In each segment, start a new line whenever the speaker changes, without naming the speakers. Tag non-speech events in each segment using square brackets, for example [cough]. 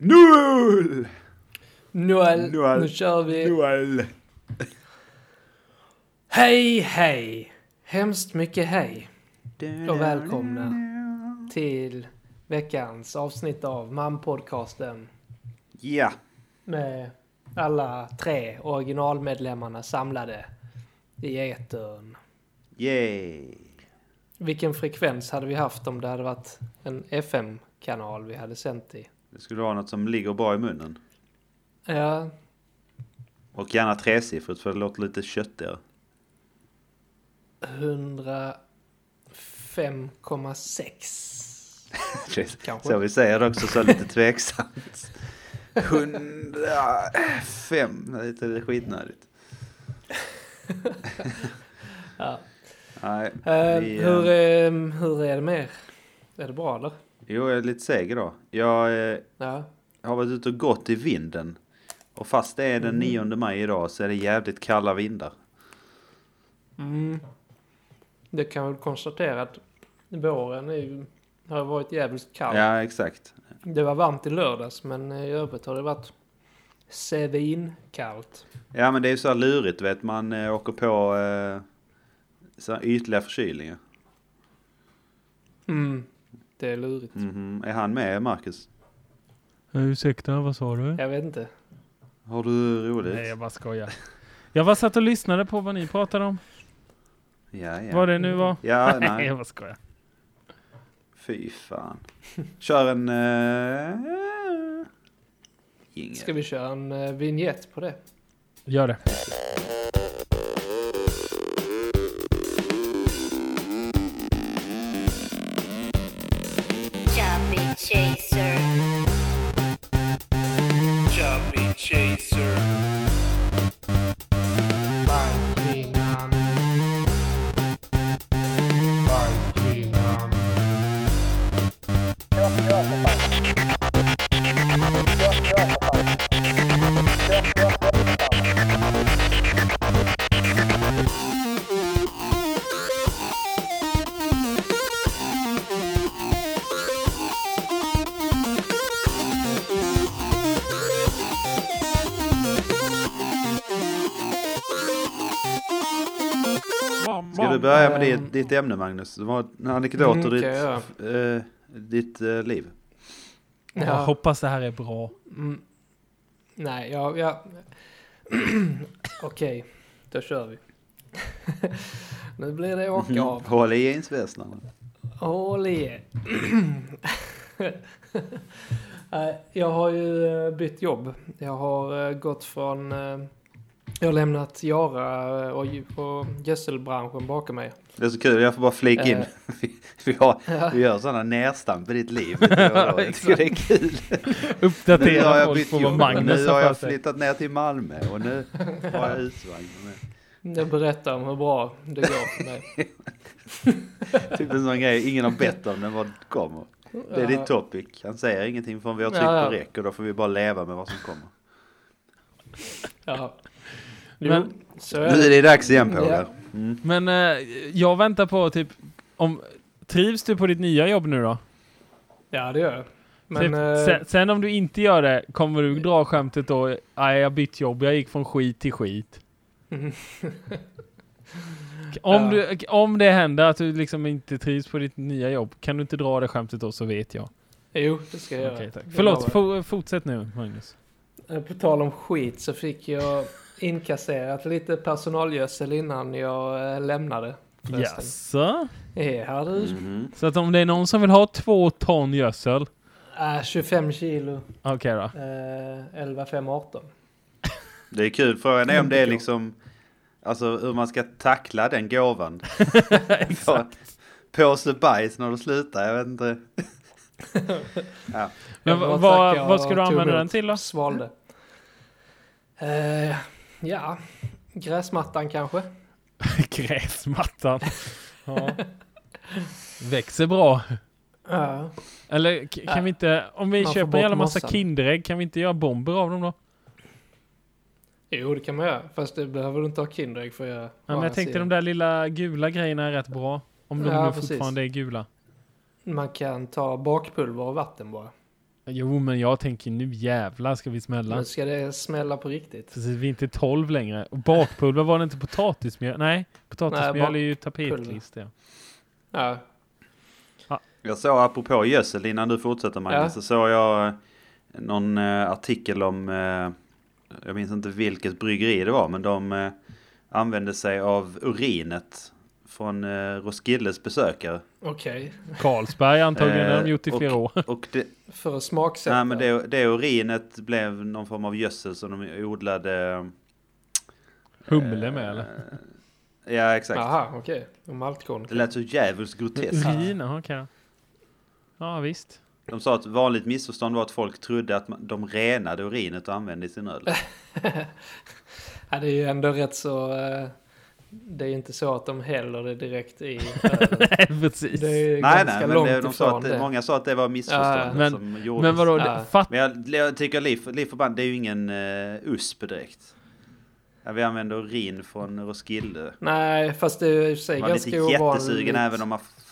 Noll!
Noel,
Noel.
nu kör
Eh.
vi.
Noel!
Hej, hej! Hemskt mycket hej Och välkomna. till veckans avsnitt av Mampodcasten
Ja,
med alla tre originalmedlemmarna samlade i etern.
yay!
Vilken frekvens hade vi haft om det hade varit en FM-kanal vi hade sänt i?
Det skulle vara något som ligger bra i munnen.
Ja,
Och gärna tresiffrigt för det låter lite köttigare.
105,6.
Det är
Kanske.
Så vi säger det också, så lite tveksamt. 105, det är lite skitnödigt.
Ja.
Nej,
Eh,
vi, eh,
hur, ehm, hur är det med er? Är det bra eller?
Jo, jag är lite seg idag. Jag eh,
Ja.
har varit ute och gått i vinden. Och fast det är den 9 maj idag så är det jävligt kalla vindar.
Mm. Det kan jag väl konstatera att våren är ju, har ju varit jävligt kall.
Ja, exakt.
Det var varmt i lördags men eh, i övrigt har det varit sevinkallt.
Ja, men det är ju så här lurigt, vet man eh, åker på eh, så här ytliga förkylningar.
Mm. Det är lurigt.
Mhm. Är han med, Marcus?
Ja, ursäkta, vad sa du?
Jag vet inte.
Har du roligt?
Nej, jag bara skojar. [laughs] Jag bara satt och lyssnade på vad ni pratade om.
Ja, ja.
Vad det nu var.
Ja,
[laughs] nej, jag
nej.
bara skojar.
Fy fan. Kör en... Eh, jingel.
Ska vi köra en eh, vignett på det?
Gör det.
Chubby Chaser. Chubby Chaser.
Barkvingan. Barkvingan.
Ska du börja med
Ehm.
ditt, ditt ämne, Magnus? Vad- Anekdoter,
Mm,
ditt,
kan jag göra.
eh, ditt eh, liv.
Jag hoppas det här är bra.
Mm. Nej, jag... jag... [clears throat] Okej, då kör vi. [laughs] nu blir det
Mhm.
åka av.
Håll i jeansvästarna.
Håll i er. [clears throat] Nej, Jag har ju eh, bytt jobb. Jag har eh, gått från... eh, Jag har lämnat Jara eh, och gö- och gödselbranschen bakom mig.
Det är så kul, jag får bara flika in.
Eh.
Vi, [laughs] vi, har, vi gör sådana nerstamp i ditt
[laughs]
liv. Det är, det är kul. Nu har
Uppdatera
jag
folk
bytt
på vad
jobb.
Magnus
Nu har
har för
jag
sig.
flyttat ner till Malmö och nu har jag husvagn. med.
Jag berättar om hur bra det går för mig.
Typ en sån grej ingen har bett om, den bara kommer. [laughs] Det är
Ja.
ditt topic. Han säger ingenting förrän vi har
Ja,
tryckt
ja.
på räck och då får vi bara leva med vad som kommer.
Ja.
Men-
Men, så
Nu
är
är
det.
det dags igen på
Ja.
det. Mm.
Men eh, jag väntar på typ... Om, trivs du på ditt nya jobb nu då?
Ja, det gör jag. Men...
typ,
eh,
sen, sen om du inte gör det, kommer du dra skämtet då? Nej, jag bytt jobb. Jag gick från skit till skit.
Mm.
Om,
Ja.
du, om det händer att du liksom inte trivs på ditt nya jobb, kan du inte dra det skämtet då så vet jag.
[laughs] Jo, det ska jag göra.
Okej, tack.
Jag
Förlåt,
lovar.
for, fortsätt nu Magnus.
Eh, På tal om skit så fick jag [laughs] inkasserat lite personalgödsel innan jag eh, lämnade. förresten.
Jaså?
Ja,
Mm.
du.
Mhm.
Så att om det är någon som vill ha två ton gödsel,
Äh, 25 kilo,
okej då.
eh, 11, 5, 18.
Det är kul, frågan är om det är liksom... Alltså hur man ska tackla den
[laughs]
gåvan. På- Påse bajs när du slutar, jag vet inte. ja.
Men
Jag bara
vad, vad,
tackar
vad ska du
och tog
använda
emot.
den till då?
Svalde. Eh, ja, gräsmattan kanske.
[laughs] Gräsmattan. [laughs] ja. Växer bra.
Ja.
Eller k- kan
Ja.
vi inte, om vi
Äh, Man får
köper
bort
en jävla massa
mossan.
Kinderägg, kan vi inte göra bomber av dem då?
Jo, det kan man göra. Fast det behöver du inte ha Kinderägg för att göra.
Ja, men jag tänkte de
de
där lilla gula grejerna är rätt bra. Om de
Ja,
nu
precis.
fortfarande är gula.
Man kan ta bakpulver och vatten bara.
Jo, men jag tänker nu jävlar ska vi smälla.
Nu ska det smälla på riktigt.
Precis, vi är inte 12 längre. Och bakpulver, var det inte potatismjöl? Nej, potatismjöl är ju tapetlist. Ja.
Ja,
Jag såg, apropå gödsel, innan du fortsätter Magnus,
Ja.
så såg jag eh, någon eh, artikel om, eh, jag minns inte vilket bryggeri det var, men de eh, använde sig av urinet från eh, Roskildes besökare.
okej.
Karlsberg antagligen, har de
Eh,
gjort i flera år.
Och
[laughs]
det,
För att smaksätta.
nej, men det, det urinet blev någon form av gödsel som de odlade...
Humle med
eh,
eller?
Ja, exakt.
Aha, okej. Och maltkorn. [laughs]
Det lät så jävligt groteskt.
Urin, jaha okej. Ja visst.
De sa att vanligt missförstånd var att folk trodde att man- de renade urinet och använde i sin öl.
Ja, det är ju ändå rätt så... eh, Det är ju inte så att de häller det direkt
[laughs]
i ölen.
Nej precis.
Det är
Nej,
ganska
nej, men
långt
det, de sa
ifrån
att,
det.
många sa att det var missförstånd
Ja,
men-
som gjordes.
Men vadå,
Ja.
det, fatt,
Men jag, jag tycker liv, liv förband, det är ju ingen uh, USP direkt. Ja, vi använder urin från Roskilde.
Nej, fast det är i och för sig
Man är lite
ganska
jättesugen
ovanligt.
även om man f-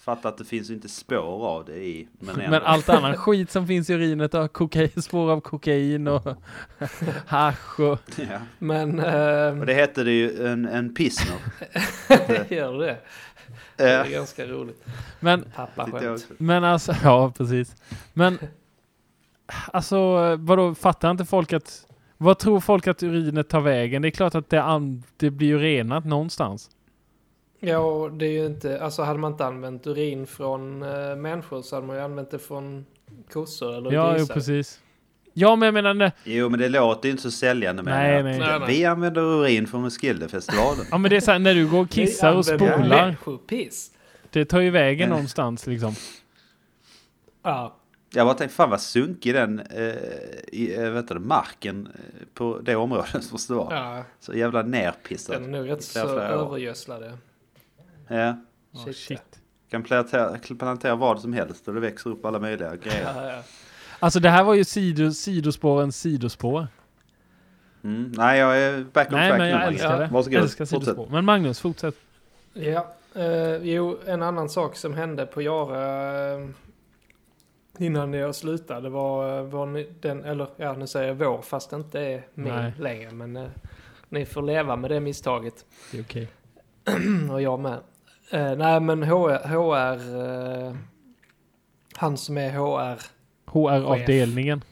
fattar att det finns ju inte spår av det i. Men, ändå.
men allt annan skit som finns i urinet har kokain, spår av kokain och hasch och...
[laughs] ja. [laughs]
Men... ehm,
Och det hette det ju en, en pissner.
[laughs] det gör det. [laughs] Det
Eh,
är ganska roligt.
Men
Pappa
tyckte jag
skämt.
också.
Men alltså, [laughs] ja precis. Men alltså, vadå, fattar inte folk att... Vad tror folk att urinet tar vägen? Det är klart att det, an, det blir ju renat någonstans.
Ja, och det är ju inte... Alltså hade man inte använt urin från eh, människor så hade man ju använt det från kossor eller
Ja, jo,
grisar.
precis. Ja, men jag menar, nej,
Jo, men det låter ju inte så säljande med
Nej,
att
nej.
Nej, nej.
Vi använder urin från Roskildefestivalen.
ja, men det är så här, när du
[laughs]
går och kissar och
Vi använder
spolar,
människopiss.
det tar ju vägen
Nej.
någonstans liksom.
Ja,
Jag bara tänkte, fan vad sunkig den eh, i, eh, vet du, marken eh, på det området [laughs] måste vara.
ja. Mm.
Så jävla nerpissad.
Den är nog rätt så
flera, flera år.
övergödslade.
Ja.
Åh,
Shit,
shit.
Kan plantera, plantera vad som helst och det växer upp alla
[laughs]
möjliga grejer.
Ja, ja.
Alltså det här var ju sido, sidospårens sidospår.
Mm. Nej, jag är back on
Nej,
track
men
nu.
jag
Magnus.
älskar det.
Varsågod.
Jag älskar
Fortsätt.
sidospår. Men Magnus, fortsätt.
Ja, eh, jo, en annan sak som hände på Jara eh, innan jag slutade var eh, vår, ny- den, eller ja, nu säger jag vår fast det inte är min
Nej.
längre, men eh, ni får leva med det misstaget. [clears throat]
Det är okej.
Och jag med. Eh, nej, men HR, HR eh, han som är HR,
HR-avdelningen.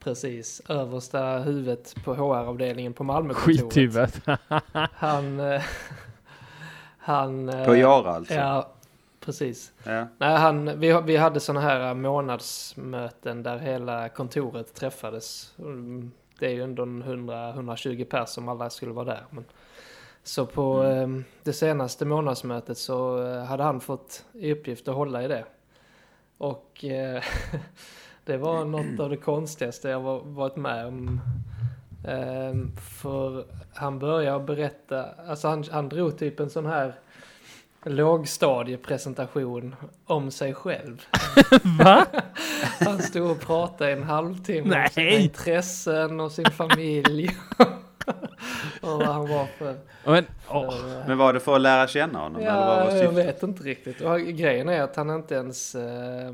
precis, översta huvudet på HR-avdelningen på Malmökontoret.
Skithuvudet.
Han, eh, [laughs] han... eh,
På Jara alltså. Ja.
Ja, precis. Nej, han, vi, vi hade sådana här äh, månadsmöten där hela kontoret träffades. Mm, Det är ju ändå en 100 120 pers som alla skulle vara där. Men, så på eh, det senaste månadsmötet så eh, hade han fått i uppgift att hålla i det. Och eh, [laughs] det var något av det konstigaste jag var, varit med om. Ehm, för han började berätta, alltså han, han drog typ en sån här lågstadiepresentation om sig själv.
[laughs] Va?
Han stod och pratade i en halvtimme om sina
Nej.
intressen och sin familj. [laughs] och vad han var för...
Men,
för
åh.
Men var det för att lära känna honom? eller vad var
Ja, jag
syftet?
vet inte riktigt. Och grejen är att han inte ens eh,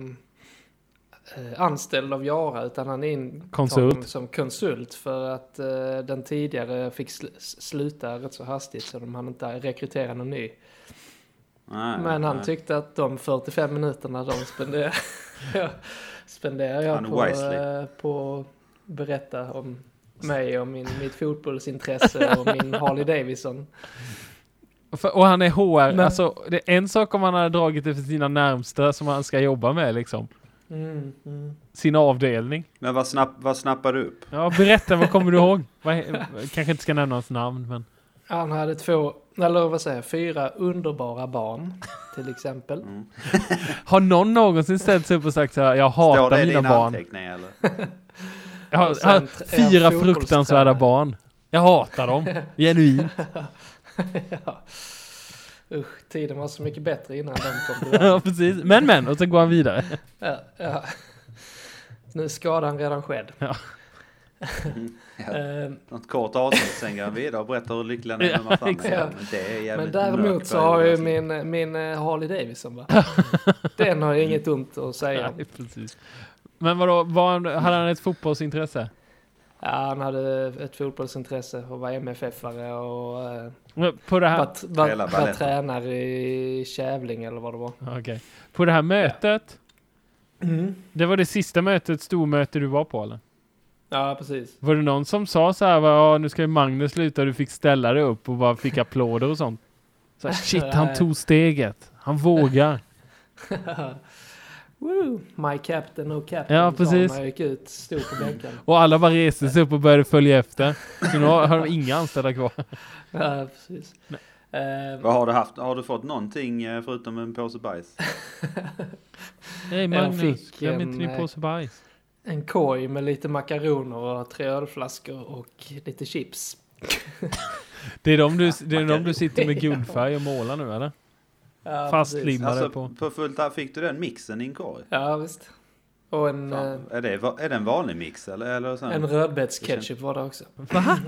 eh, anställd av Jara utan han är intagen
Konsult.
som konsult för att eh, den tidigare fick sl sluta rätt så hastigt så de hann inte rekrytera någon ny.
Nej,
Men han
nej.
tyckte att de 45 minuterna de [laughs] spenderade, spenderade jag
Han
på,
wisely.
eh, på att berätta om mig och min,
[laughs]
mitt fotbollsintresse och min Harley Davidson.
För, och han är HR,
Men-
alltså det är en sak om han hade dragit det för sina närmsta som han ska jobba med liksom.
Mm, mm.
Sin avdelning.
Men vad, snapp, vad snappade du upp?
Ja, berätta, vad kommer du ihåg? Vad, he- kanske inte ska nämna hans namn, men...
Han hade två, eller vad säger jag, fyra underbara barn till
Mm.
exempel.
Har någon någonsin ställt sig upp och sagt så här, jag
Står det
hatar
i
mina
dina
barn.
anteckningar eller?
Jag har,
Och
jag har
sen tr- är
fyra
han fotbollstränare.
fruktansvärda barn. Jag hatar dem. Genuin.
[laughs] ja. Usch, tiden var så mycket bättre innan den
[laughs]
kom till
Ja,
världen.
precis. Men, men. Och sen går han vidare.
ja, ja. Nu är skadan redan skedd.
Ja.
Ja.
Ehm,
Något kort avsnitt, sen går han vidare och berättar hur lycklig han är
[laughs]
när man fan är.
exakt.
Men det är jävligt
Men däremot
mörkt
så har ju
period,
min,
[laughs]
min eh, Harley Davidson va? Den har ju inget ont att säga.
Nej, precis. Men vadå, var han, hade han ett fotbollsintresse?
Ja, han hade ett fotbollsintresse och var MFF-are och eh,
På det här,
var, var,
Hela
var
baletten.
tränare i Kävling eller vad det var.
Okej. på det här mötet,
Mm.
det var det sista mötet, stormöte du var på eller?
Ja, precis. [laughs]
Var det någon som sa så här, va, ja, nu ska ju Magnus sluta, du fick ställa dig upp och bara fick applåder och sånt? Så här, shit, han tog steget. Han vågar.
Woo, my captain, no captain.
Ja,
sa han
precis.
När jag gick ut, stod på
[laughs]
bänken.
Och alla bara reste sig upp och började följa efter. Så nu har har de inga anställda kvar.
ja, precis. Eh,
Vad har du haft? Har du fått någonting eh, förutom en påse bajs?
[laughs]
Hej
Magnus,
Magnus,
fick
glöm
glöm en,
inte
inte din
din
eh,
påse
påse
bajs.
en korg med lite makaroner och tre ölflaskor och lite chips.
Det är de du, det är de du sitter med guldfärg och målar nu eller?
Ja, precis.
Fastlimmade
Alltså
på.
på fullt här, fick du den mixen i en korg?
Ja, visst. Och en, eh,
Fan, Är det, va- är det en vanlig mix eller? eller så här?
en rödbetsketchup var det också.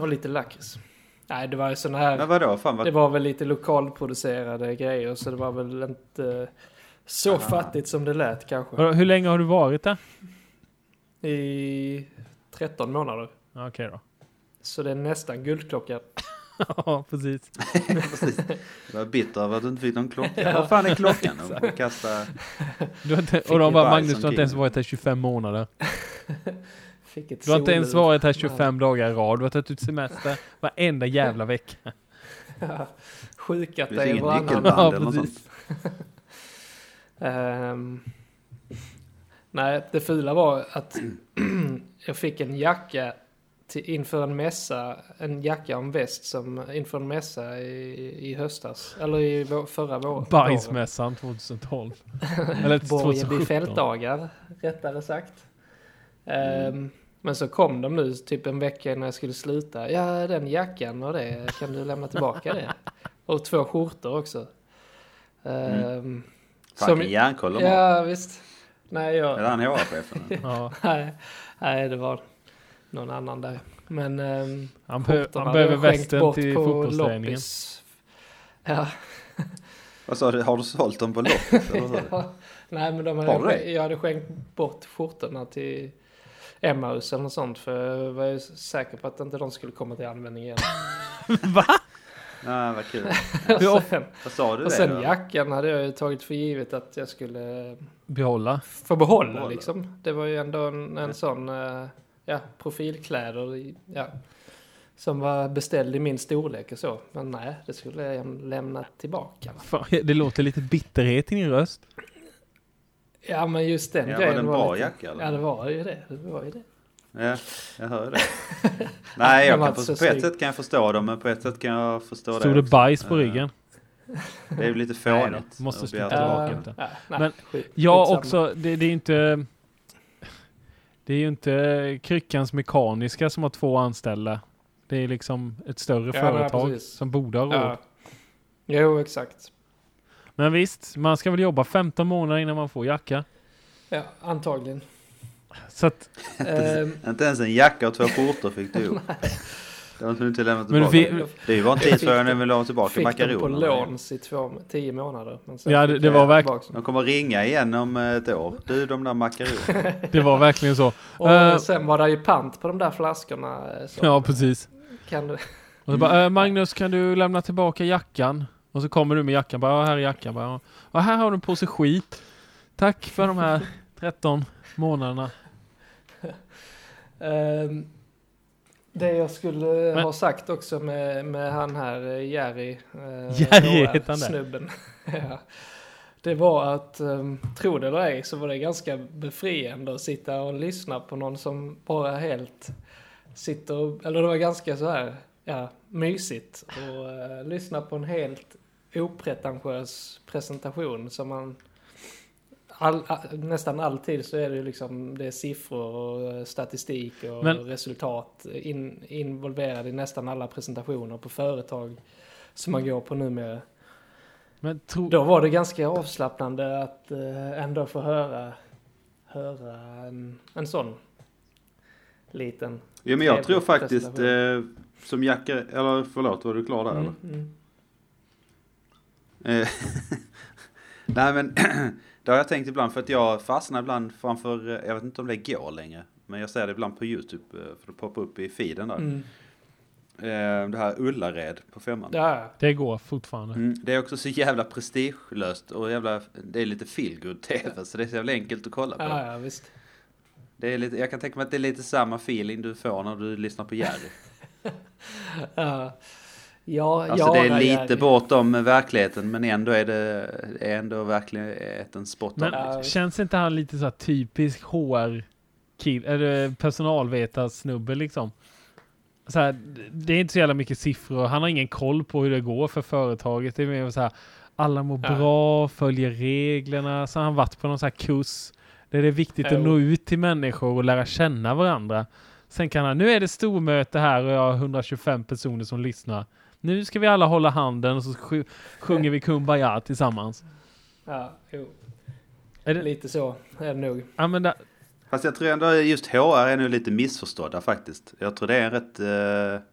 Och lite lakrits. Nej, det var ju sån här...
Men vadå? Fan
Det
vad...
var väl lite lokalproducerade grejer så det var väl inte så fattigt som det lät kanske.
Vadå, Hur länge har du varit där?
I 13 månader.
Ja, Okej då.
Så det är nästan guldklocka.
Ja, precis.
[laughs] Precis. Jag var bitter över att du inte fick någon klocka. Vad fan är
[laughs]
klockan? De kastar...
Du har inte,
Fick
och de
ju
bara,
bajs
Magnus,
som
du har inte ens
king.
varit här 25 månader.
[laughs] Fick ett
Du har inte ens
solur.
varit här 25 dagar i rad. Du har tagit ut semester varenda jävla vecka.
[laughs] Sjukat
Det finns
dig
ingen
varannan.
nyckelband eller
Ja,
något
precis.
sånt.
Ehm, nej, det fula var att [clears throat] jag fick en jacka till, inför en mässa, en jacka och en väst som inför en mässa i, i höstas, eller i vår, förra vår, våren. [laughs]
Bajsmässan 2012. Eller
Borgen vid
2017.
fältdagar, rättare sagt. Ehm, Men så kom de nu typ en vecka innan jag skulle sluta. Ja, den jackan och det, kan du lämna tillbaka det? Och två skjortor också. Ehm,
Fan vilken järnkoll de har.
Ja, visst. Nej, jag,
Är det han HR-chefen?
Ja,
nej, nej, det var någon annan där. Men ehm,
han, be-
skjortorna
han
hade jag
behöver
skänkt
västen
bort
till
på
fotbollsträningen.
[laughs]
loppis. Ja,
Vad sa du? Har du sålt dem på loppis? eller vad
[laughs]
sa du?
Ja. Nej, men de
Har du
hade,
det?
jag hade skänkt bort skjortorna till Emmaus eller något sånt. För jag var ju säker på att inte de skulle komma till
[laughs]
användning igen.
Nej, vad kul.
[laughs] och sen,
Vad sa du
och
det
sen
då?
jackan hade jag ju tagit för givet att jag skulle
Behålla.
få behålla,
Behålla.
liksom. Det var ju ändå en, en sån eh, ja, profilkläder i- ja, som var beställd i min storlek och så. Men nej, det skulle jag lämna tillbaka.
Fan, [laughs] det låter lite bitterhet i din röst.
Ja, men just den
Ja, var det
grejen
en bra
lite,
jacka, eller?
Ja, det var ju det. det, var ju det.
Ja, jag hör
[laughs]
det. Nej, jag
var
kan
inte
förstå,
så
på ett
snygg.
sätt kan jag förstå dem, men på ett sätt kan jag förstå det.
Stod det
också.
bajs på
Eh,
ryggen?
Det är ju lite
[laughs] Nej då,
fånigt.
måste
att
sluta
begära
tillbaka
tillbaka.
inte.
Ja, nej,
Men
skit-
Ja,
skitsamma.
också. Det, det är ju inte... Det är ju inte Kryckans Mekaniska som har två anställda. Det är liksom ett större
Ja,
företag
nej, precis.
som borde ha råd.
Ja. Jo, exakt.
Men visst, man ska väl jobba 15 månader innan man får jacka.
Ja, antagligen.
Så att,
Ehm,
[laughs] Inte ens en jacka och två skjortor fick du
[laughs]
ihop. Det har du inte lämnat
Men
tillbaka.
vi-
det är ju bara en tidsfråga
Fick
när vi la tillbaka
fick dem på
makaronerna.
lån i två, tio månader. Men sen
Ja, det-
fick
det
jag
var verk-
tillbaka dem.
De kommer ringa igen om ett år. Du, de där
[laughs]
makaronerna.
det var verkligen så.
Och
Eh,
sen var det ju pant på de där flaskorna. eh, Så
ja, precis.
kan du...
Och så bara, eh, Magnus kan du lämna tillbaka jackan? Och så kommer du med jackan, bara "Ja, här är jackan, bara, "Ja, här har du en påse skit. Tack för de här 13 månaderna.
Ehm, det jag skulle
Men-
ha sagt också med, med han här eh, Jerry. eh,
[laughs] Jerry
HR,
heter han där.
Snubben. [laughs] ja. Det var att, um, tro det eller ej, så var det ganska befriande att sitta och lyssna på någon som bara helt sitter och, eller det var ganska så här, ja, mysigt och eh, lyssna på en helt opretentiös presentation som man All, a- nästan alltid så är det ju liksom det är siffror och eh, statistik och
Men-
resultat in, involverade i nästan alla presentationer på företag som man går på numera.
Men tro,
Då var det ganska avslappnande att eh, ändå få höra, höra en, en sån liten.
Jo, men jag
Trevlig
tror faktiskt, eh,
presentation.
som jacka, eller förlåt, var du klar där eller?
Mm, mm.
Eh, [laughs] Nej men [clears throat] Det har jag tänkt ibland för att jag fastnar ibland framför, eh, jag vet inte om det går längre, men jag ser det ibland på YouTube eh, för det poppar upp i feeden där.
Mm.
Eh, Det här Ullared på femman.
Ja,
Det går fortfarande.
Mm, det är också så jävla prestigelöst och jävla, det är lite feelgood tv så det är så jävla enkelt att kolla på.
ja, ja, visst.
Det är lite, jag kan tänka mig att det är lite samma feeling du får när du lyssnar på
[laughs]
Jerry.
Ja, ja,
Alltså det är
ja,
lite
ja.
bortom verkligheten men ändå är det är ändå verkligheten spot on.
Men
Ja, visst.
känns inte han lite så här typisk HR kill, eller personalvetarsnubbe liksom? Så här, det är inte så jävla mycket siffror. Han har ingen koll på hur det går för företaget. Det är mer så här, alla mår
Ja.
bra, följer reglerna. Så har han varit på någon så här kurs där det är viktigt
Jo.
att nå ut till människor och lära känna varandra. Sen kan han, nu är det stormöte här och jag har 125 personer som lyssnar. Nu ska vi alla hålla handen och så sj- sjunger vi Kumbaya tillsammans.
Ja, jo.
Är det-
Lite så är det nog.
Ja, men där,
Fast jag tror ändå just HR är nog lite missförstådda faktiskt. Jag tror det är en rätt eh,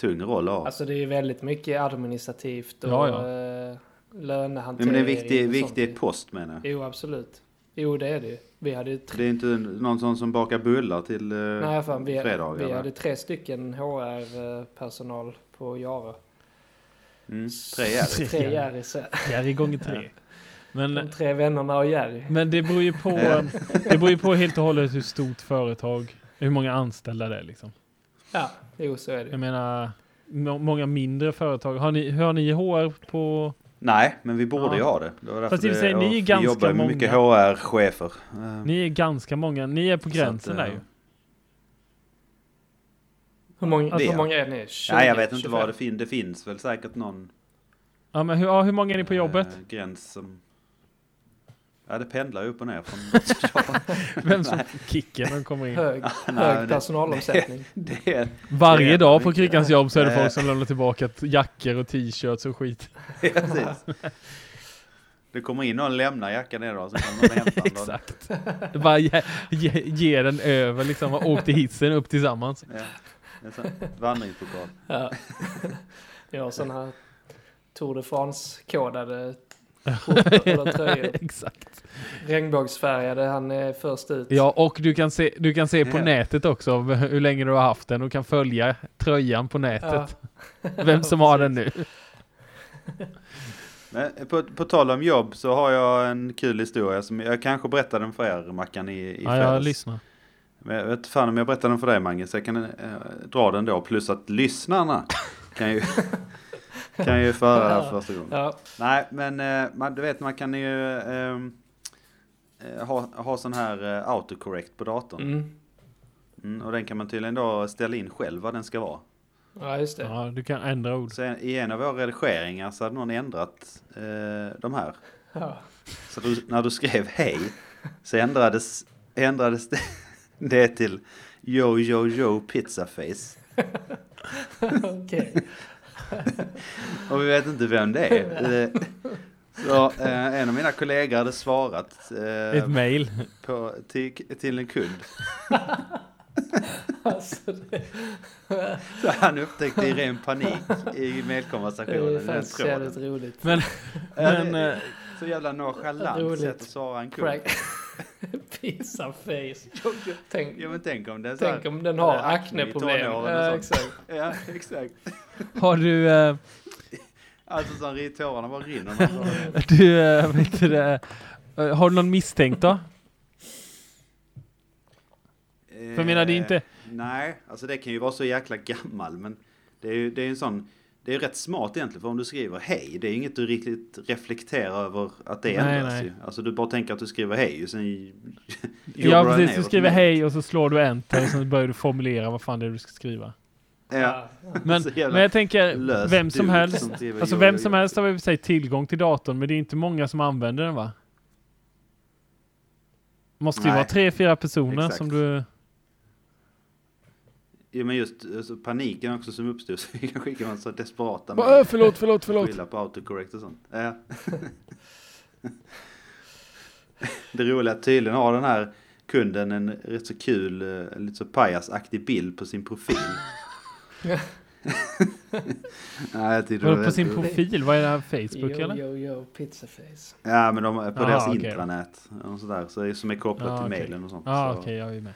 tung roll att ha.
Alltså det är ju väldigt mycket administrativt och
Ja, ja.
eh, lönehantering.
Nej, men det är en viktig,
och sånt.
viktig post menar jag.
Jo, absolut. Jo, det är det ju. Vi hade ju tre,
Det är inte någon sån som bakar bullar till eh,
nej, fan, vi,
fredagar.
vi
va?
hade tre stycken HR-personal på Jara.
Mm, tre är det.
Tre Jerry, så-
Jerry gånger tre.
de
Men,
tre vännerna och Jerry.
men det beror ju på.
Ja.
Det beror ju på helt och hållet hur stort företag, hur många anställda det är liksom.
Ja, jo, så är det ju.
Jag menar, må- många mindre företag. Har ni, hur har ni HR på?
Nej, men vi borde
Ja.
ju ha det. det var därför
Fast i och för sig,
det-
ni är
och vi
ganska
jobbar ju med mycket
många.
HR-chefer. Eh,
Ni är ganska många. Ni är på
Så att,
gränsen där
eh,
ju.
Hur många,
Det är-
hur många är ni? 20,
Nej, jag vet inte
25?
vad det finns. Det finns väl säkert någon
Ja, men hur, ja, hur många är ni på
eh,
jobbet?
gräns som... Ja, det pendlar ju upp och ner från...
[laughs] Vem som kickar när de
[laughs]
kommer in?
Hög,
Nej,
hög
det- [laughs]
personalomsättning.
det är...
Varje
jävla
dag på
mycket.
Kryckans jobb så är det
Eh.
folk som lämnar tillbaka t- jackor och t-shirts och skit.
Ja, precis. Det kommer in någon, lämnar jackan en dag, sen kommer någon hämta den. dagen.
[laughs] Exakt. Det bara ge, ge, ge den över liksom och åkte hissen upp tillsammans.
Ja. Det är så här, Vandringspokal.
Ja. [laughs] Jag har sådana här Tour de France-kodade skjortor eller tröjor.
[laughs] Exakt.
Regnbågsfärgade, han är först ut.
Ja, och du kan se, du kan se på
Ja.
nätet också hur länge du har haft den och kan följa tröjan på
Ja.
nätet. [laughs] Vem som har den nu.
Men eh, på, på tal om jobb så har jag en kul historia som jag kanske berättade den för er Mackan i, i
Ja, jag
fredags.
lyssnar.
Men jag vet inte fan om jag berättar den för dig Mange, så jag kan eh, dra den då. Plus att lyssnarna kan
[laughs]
ju, kan ju föra det här för första gången.
Ja,
Nej, men eh, man, du vet man kan ju ehm, eh, ha, ha sån här eh, autocorrect på datorn.
mm.
Mm, och den kan man tydligen då ställa in själv vad den ska vara.
ja just det.
Ja, du kan ändra ord.
Så i en av våra redigeringar så hade någon ändrat eh, de här.
Ja.
Så du, när du skrev hej så ändrades, ändrades [laughs] det, det till yo yo yo pizza face.
Okej. [laughs]
[laughs] Och vi vet inte vem det är. Eh, Så eh, en av mina kollegor hade svarat eh,
Ett mail.
på, till, till en kund.
Alltså, det,
Så han upptäckte i ren panik i
det är
mejlkonversationen. den
faktiskt
tråden.
jävligt roligt.
Men, men
det-
eh,
Så jävla nonchalant
Roligt.
sätt att svara en kund.
Crack. [laughs] Pizza face. Tänk,
Ja men tänk om det är så här-
tänk om den har
Eller akne i
akneproblem.
tonåren och
Ja,
sånt.
exakt.
Ja exakt.
[laughs] har du... eh,
Alltså så här, tårarna bara
[laughs]
rinner. när man hör det.
du eh, vet du det, eh, har du någon misstänkt då? För jag menar, det är
Eh,
inte...
Nej, alltså det kan ju vara så jäkla gammal, men det är ju det är en sån... Det är ju rätt smart egentligen, för om du skriver hej, det är ju inget du riktigt reflekterar över att det
Nej,
ändras
nej.
ju. Alltså du bara tänker att du skriver hej och sen... jobbar
Ja,
du
precis.
ner
Du
åt
skriver
mig.
hej och så slår du enter och så börjar du formulera vad fan det är du
[laughs]
ska skriva.
Ja.
Men,
Så jävla
men jag tänker,
löst
vem som
dude
helst...
som skriver
Alltså
jo,
vem
jo,
som
jo.
helst har i och för sig tillgång till datorn, men det är inte många som använder den va? Måste ju
Nej.
vara tre, fyra personer
Exakt.
som du...
Jo men just alltså, paniken också som uppstod, [laughs] så vi kan skicka en så desperata
Äh,
mejl.
förlåt, förlåt, förlåt!
Skylla på autocorrect och sånt. Ja. [laughs] det roliga är att tydligen har den här kunden en rätt så kul, eh, lite så pajasaktig bild på sin profil. Nej, jag tyckte det
Vadå
var
på sin
väldigt-
profil? Vad är det här? Facebook
yo,
eller?
yo, yo, pizzaface.
Ja, men de, på deras
Ah, okej.
intranät och sådär, så det är- som är kopplat
Ah,
till
okej.
mailen och sånt.
Ja,
så.
okej, jag är med.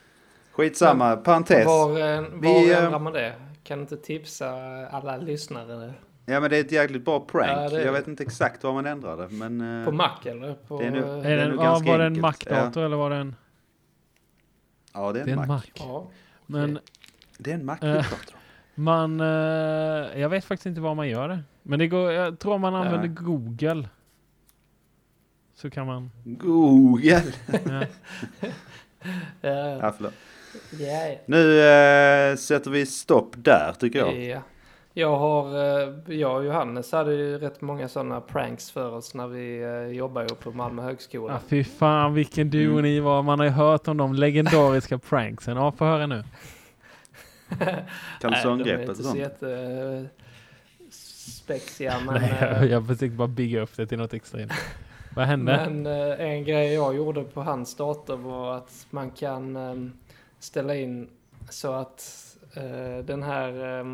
Skitsamma, parentes.
Var, eh, var
Vi, eh,
ändrar man det? Kan inte tipsa alla lyssnare?
Ja, men det är ett jäkligt bra
Ja,
prank.
det är
jag
det.
vet inte exakt vad man ändrade, men... eh,
På Mac eller? På,
det är nu-
eh,
är
Är den,
nog
ja,
ganska
var det en
enkelt,
Mac-dator eller var det en...
Ja, det är
Det är
en
en
Mac.
Mac.
Ja.
Men
Det är en Mac vi
Eh.
pratar om.
man... eh, jag vet faktiskt inte vad man gör det. Men det går, jag tror man använder
Nej.
Google. Så
[laughs]
kan man...
Google!
Ja.
Eh,
Ja, förlåt.
ja, ja.
Nu eh, sätter vi stopp där, tycker jag.
Ja. Jag har, eh, jag och Johannes hade ju rätt många sådana pranks för oss när vi eh, jobbade ju på Malmö
Ah,
högskola.
fy fan vilken duo
Mm.
ni var. Man har ju hört om de legendariska pranksen. Ja, få höra nu.
[laughs]
Kalsonggreppet och
och sånt.
sånt.
jätte eh,
[laughs]
spexiga men,
Nej,
eh,
jag, jag försökte bara bygga upp det till något extremt. Vad hände?
men eh, en grej jag gjorde på hans dator var att man kan eh, ställa in så att eh, den här eh,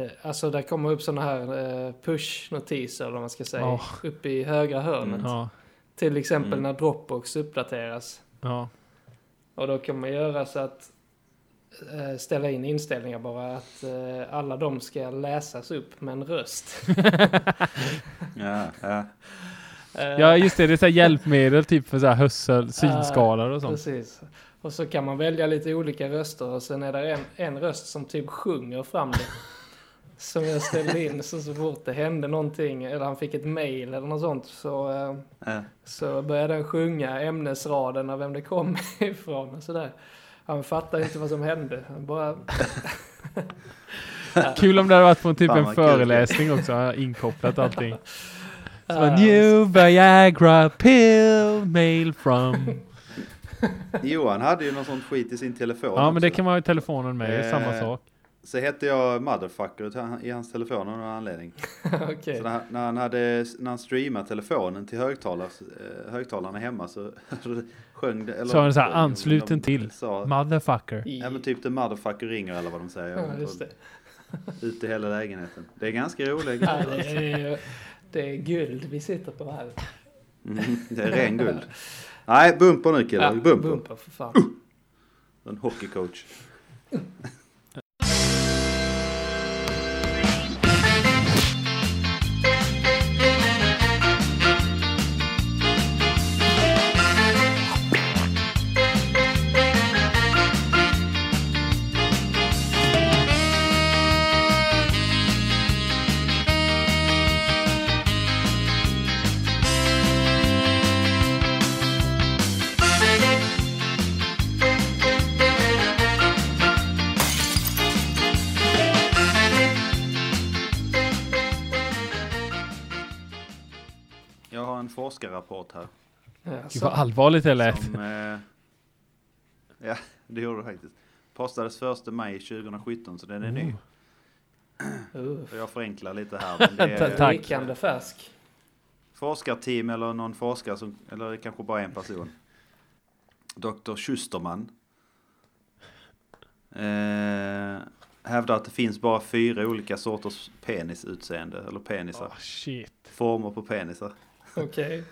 eh, Alltså där kommer upp sådana här eh, push-notiser eller vad man ska säga.
Ja. Mm,
Upp i högra hörnet.
Ja,
Till exempel
Mm.
när Dropbox uppdateras.
ja. [laughs]
Och då kan man göra så att eh, ställa in inställningar bara att eh, alla de ska läsas upp med en
[laughs]
röst.
Ja, ja.
Eh,
ja, just det. Det är så här hjälpmedel typ för så här hörsel, synskadade och sånt.
Precis. Och så kan man välja lite olika röster och sen är det en, en röst som typ sjunger fram
[laughs]
det. Som jag ställde in så, så fort det hände någonting eller han fick ett mail eller något sånt så, eh,
ja.
så började den sjunga ämnesraderna, vem det kom [laughs] ifrån och sådär. Han fattade inte vad som hände. Han bara
Kul om det hade varit från typ
Fan,
en
vad kul.
föreläsning också. Jag
[laughs]
har inkopplat allting. Så
Ah,
bara, New Viagra pill mail from.
Johan hade ju någon sån skit i sin telefon
Ja,
också.
men det kan man ha i telefonen med. Det är samma
Eh,
sak.
Så hette jag motherfucker till han- i hans telefon av någon anledning.
[laughs]
Okej.
Så när, när, han hade, när han streamade telefonen till högtalars, eh, högtalarna hemma så [laughs] sjöng det... Eller,
Så har den så här,
sjöng, men
"Ansluten
de
till."
Sa,
Motherfucker.
I-
ja men typ the motherfucker ringer eller vad de säger.
Ja, just det. [laughs]
Ut i hela lägenheten. Det är ganska roligt.
Ja, det, är, det är guld vi sitter på här.
Mm, [laughs] det är ren guld. Nej, bumper nu killar.
Ja,
Bumper.
bumper
[laughs]
för fan.
En hockeycoach. Jag har en forskarrapport här.
Ja,
Gud vad
så,
allvarligt det lät.
Som, eh, [laughs] ja, det gjorde det faktiskt. Postades 1 maj 2017 så den är ny.
Oh.
uh,
Och Jag förenklar lite här.
[laughs]
Men det är,
Tack.
Rikande färsk.
forskarteam eller någon forskare som, eller kanske bara en person. Dr. Schusterman. Eh, hävdar att det finns bara fyra olika sorters penisutseende, eller penisar.
Ah, shit.
Former på penisar.
Okej.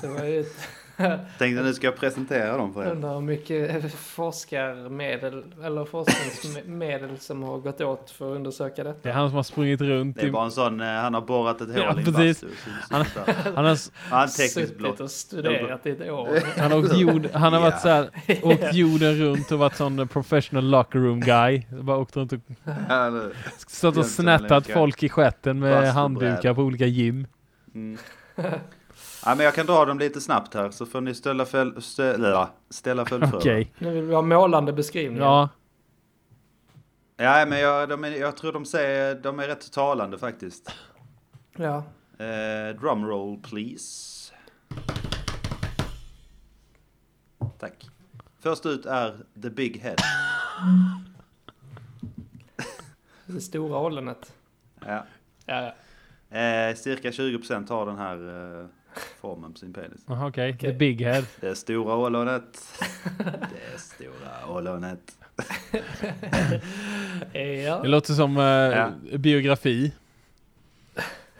Det var ju ett...
[laughs] Tänkte nu ska jag presentera dem för er.
Undrar hur mycket forskarmedel eller forskningsmedel som har gått åt för att undersöka det.
[laughs]
Det är han som har sprungit runt.
Det är
I,
bara en sån, eh, han har borrat ett hål
Typ. Ja,
i en
precis.
bastu.
Han- han har, s-
Anteckningsblock.
Suttit och studerat i ett år.
han har, åkt jord, han har
Ja.
varit så här, åkt jorden runt och varit sån professional locker room guy. Bara åkt runt och
Ja, eller-
stått och
Jämställd
snättat
länkar.
folk i stjärten med
Bastubräda.
handdukar på olika gym.
Mm. ja, men jag kan dra dem lite snabbt här så får ni ställa, följ, ställa, ställa följdfrågor.
Okej.
Nu vill vi ha målande beskrivningar.
Ja.
Ja, men jag, de är, jag tror de säger, de är rätt talande faktiskt.
Ja.
Eh, drumroll please. Tack. Först ut är The Big Head.
Det stora ollonet.
Ja.
Ja, ja.
Eh, cirka 20% har den här eh, formen på sin penis.
Jaha, okej.
Okej.
The big head.
Det är stora ålonet.
[laughs]
Det är stora ålonet.
Det
ja.
låter som eh,
Ja.
biografi.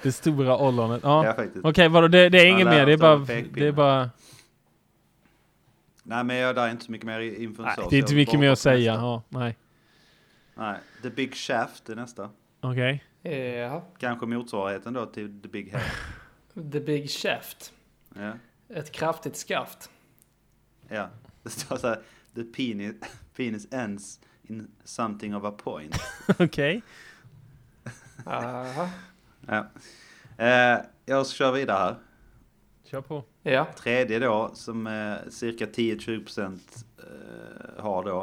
Det stora ollonet. Ja.
Ja, alltså, faktiskt.
Okej, vadå? Det, det är
Man
inget
lär
mer. Det är
sig av
bara...
pekpinnar.
Det är bara...
Nej, men jag, där är inte så mycket mer info än
Nej,
så,
det är
så
inte
jag
mycket
bara
mer
hoppar
att
på
säga.
Alltså, nästa.
Ja, nej.
Nej, The Big Shaft är nästa.
Okej. [laughs]
ja.
Kanske motsvarigheten då till The Big Head.
Eh, The Big Shaft.
Ja,
Ett
[laughs]
kraftigt skaft.
ja. [laughs] Det står så här. The penis, [laughs] penis ends in something of a point.
Okej.
Aha.
Ja. Eh, jag kör vidare här.
Kör på.
Ja.
Tredje då, som eh, cirka 10-20% eh, har då,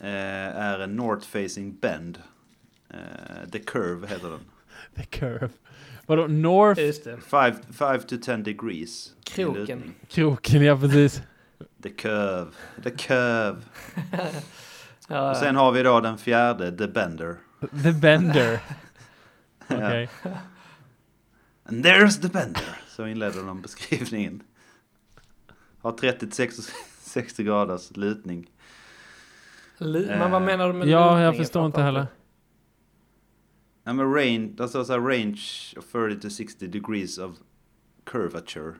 eh, är en North Facing Bend. Eh, The Curve heter den.
The curve. Vadå? North
Just det.
5-10 degrees. i
Kroken.
lutning.
kroken, ja precis.
The Curve. The Curve.
Ja,
Och sen har vi då den fjärde, The Bender. [laughs]
The bender. Okej.
And there's the bender. Så inleder de beskrivningen. Har 30-60 graders lutning.
li- men
Eh,
vad menar du med
Ja, jag
lutningen?
förstår inte
Fattar
heller.
Ja men range, alltså så här range of 30 to 60 degrees of curvature.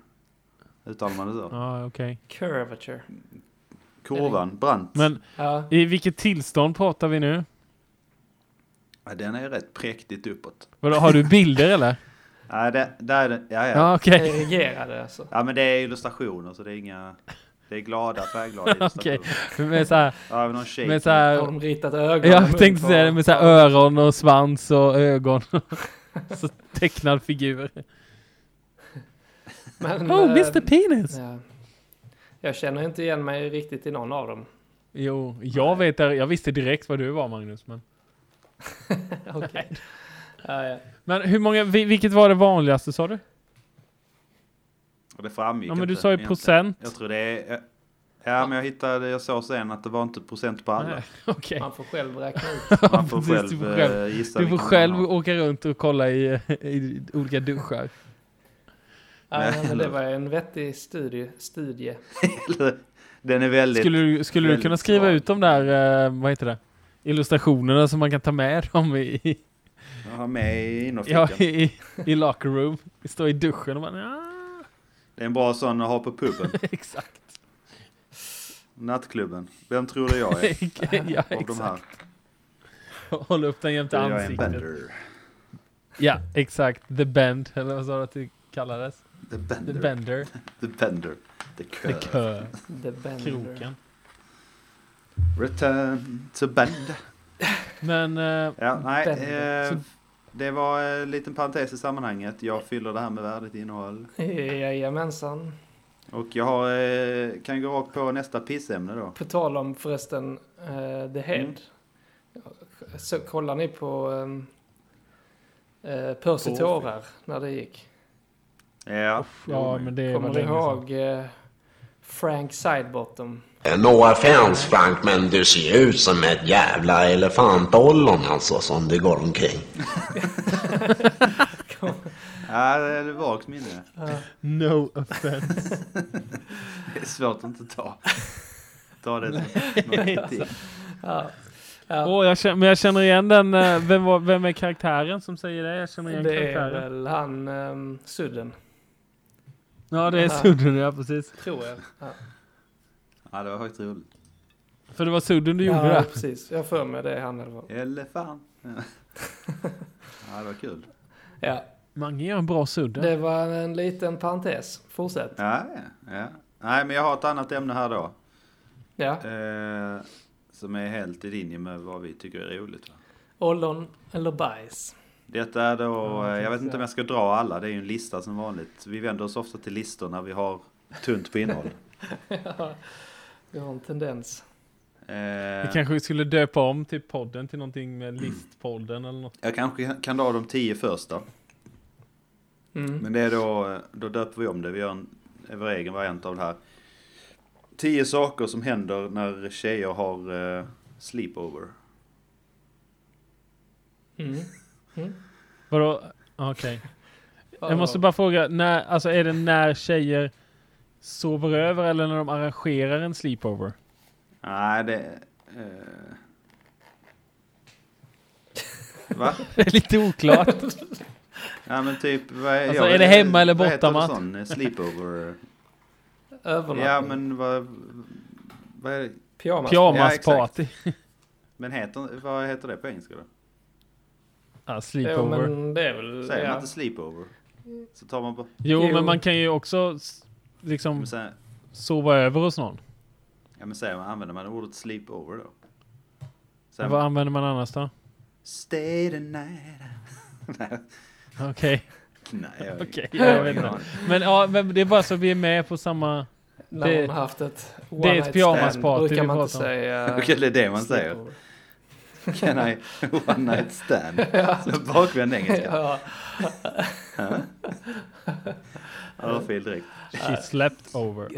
Uttalar man det så?
Ja, okej.
Curvature.
Kurvan, brant.
Men
Ja.
i vilket tillstånd pratar vi nu?
Ja, den är ju rätt präktigt uppåt.
Vadå, har du bilder eller?
Ja, det, där är det, ja, ja. ja.
Ja, okej.
Erigerade alltså.
men det är illustrationer så det är inga... Det är glada, färgglada
[laughs] Okej.
illustrationer.
Med så här,
Ja, men någon shake.
med så
Har
här,
de ritat ögon och mun
jag tänkte
på-
säga det med så här öron och svans och ögon. [laughs] så tecknad figur.
Men,
Oh,
eh,
Mr Penis!
ja. Jag känner inte igen mig riktigt i någon av dem. [laughs]
Jo, jag vet det- jag visste direkt vad du var Magnus. Men,
Okej. Ja, ja.
men hur många, vi- vilket var det vanligaste sa du?
Och det framgick
Ja men du
inte
sa ju
eh, egentligen.
procent.
Jag tror det är... Ja, men jag hittade, jag såg sen att det var inte procent på alla.
Nej, Okej.
Man får själv räkna
[laughs]
ut.
Man får
Precis,
själv,
du får själv-
eh, gissa
Du får
vilken man
själv
har.
åka runt och kolla i, eh, i olika duschar.
Ja, men det
eller-
var en vettig studie. studie.
[laughs] Den är väldigt...
Skulle du, skulle du
väldigt
kunna skriva
svag.
ut de där, eh, vad heter det, illustrationerna som man kan ta med dem i, i,
Jag har med i innerfickan.
ja, i, i, i locker room? Stå i duschen och bara
[laughs]
"Nja,
Det är en bra sån att ha på puben.
exakt.
Nattklubben. Vem tror du jag är?
[laughs] ja,
Av de
exakt.
här.
Håll upp den jämte
Jag är en
ansiktet.
bender.
Ja, exakt. The bend, eller vad sa du att det kallades?
The
The
bender. The,
bender.
bender. The
The
curve.
kö.
The Bender.
Kroken.
Return to bend.
Men, eh,
Ja, nej.
Bender.
Eh, det var en liten parentes i sammanhanget. Jag fyller det här med värdigt innehåll.
[laughs] Jajamensan.
Och jag har, eh, kan gå rakt på nästa pissämne då.
På tal om förresten eh, The Head.
Mm.
Så kollar ni på um, uh, Percy
På-
tårar när det gick?
Ja,
ja men det var
Kommer du
länge sedan.
ihåg eh, Frank Sidebottom?
No offense Eh, Frank, men du ser ju ut som ett jävla elefantollon alltså som du går omkring.
ja det är vagt minne.
No offense.
Det är svårt att inte ta. Ta det som någon kritik.
Alltså.
Ja,
Åh, jag känner, men jag känner igen den. eh, Vem, var, vem är karaktären som säger det? Jag känner igen
det är
karaktären.
väl han um, Sudden,
Ja, det är Sudden, ja precis.
tror jag. Ja,
Ja, det var faktiskt roligt.
För det var Sudden du gjorde
ja
det.
precis. Jag har för mig det är han eller vad.
Elefant. Ja. ja, det var kul.
Ja,
Mange gör en bra Sudden.
det var en liten parentes. Fortsätt.
Ja, ja, ja. Nej, men jag har ett annat ämne här då.
Ja.
Eh, som är helt i linje med vad vi tycker är roligt. Va?
Ollon eller bajs?
Detta är då,
jag
eh, jag vet
tänkte
inte om
det.
jag ska dra alla, det är ju en lista som vanligt. Vi vänder oss ofta till listor när vi har tunt på innehåll.
Vi har en tendens.
Vi
[laughs] Eh,
kanske skulle döpa om till podden till någonting med listpodden eller något.
jag kanske kan dra de tio första.
Mm.
Men det är då, eh, då döper vi om det. Vi gör en, vår egen variant av det här. Tio saker som händer när tjejer har eh, sleepover.
Mm.
Mm. Vadå? Okej. Jag måste bara fråga, när, alltså är det när tjejer sover över eller när de arrangerar en sleepover?
Nej, det... eh, Va?
[laughs] Det är lite oklart.
Ja men typ... Vad är,
Alltså, är det hemma eller
vad heter det
bortamatch?
sån? eh, Sleepover?
Övernattning.
ja men vad... Vad är det?
Pyjamas.
Pyjamasparty.
Men heter, vad heter det på engelska då?
Ja,
Jo,
sleepover.
men det är väl...
Säger man
Ja.
inte sleepover? Så tar man bara...
Jo,
Jo.
men man kan ju också s- liksom
Men sen,
sova över hos någon.
ja men säger man, använder man ordet sleepover då? Säger
Vad
man...
använder man annars då?
Stay the night... [laughs] Nej,
Okej.
nej, jag,
Okej,
jag,
jag
har
vet
ingen
inte.
aning.
Men, ja, men det är bara så vi är med på samma...
När
Det-
hon har haft ett
det är ett
one-night
pyjamasparty
stand brukar
vi
man inte
pratar om.
[laughs] [laughs]
säga...
Okej, det är det man säger.
sleepover.
Can I one night stand? Så bakvänd engelska.
[laughs] Ja,
Ja, fel direkt.
She slept over.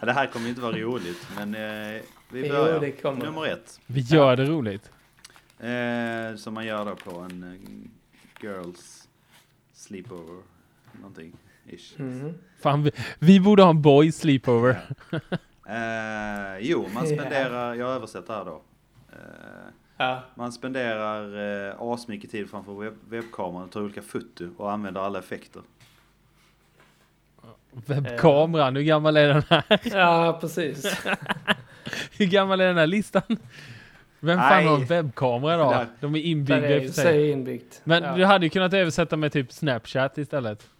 Ja, det här kommer ju inte vara roligt, men eh, vi
Jo,
börjar.
det kommer.
Nummer ett.
Vi gör det roligt.
Eh, som man gör då på en eh, girls sleepover. Någonting. Ish.
mhm.
Fan, vi, vi borde ha en boy sleepover.
Eh, jo, man
[laughs] Ja.
spenderar, jag översätter här då. Eh,
ja.
man spenderar eh, asmycket tid framför webb- webbkameran och tar olika foto och använder alla effekter.
Webbkameran, hur gammal är den här? [laughs]
ja precis.
Hur gammal är den här listan? Vem fan
Nej.
har en webbkamera då?
Nej.
De är
Där
inbyggda
är
i och
ju
för sig.
sig inbyggt.
Men
ja.
du hade ju kunnat översätta med typ Snapchat istället.
Ja,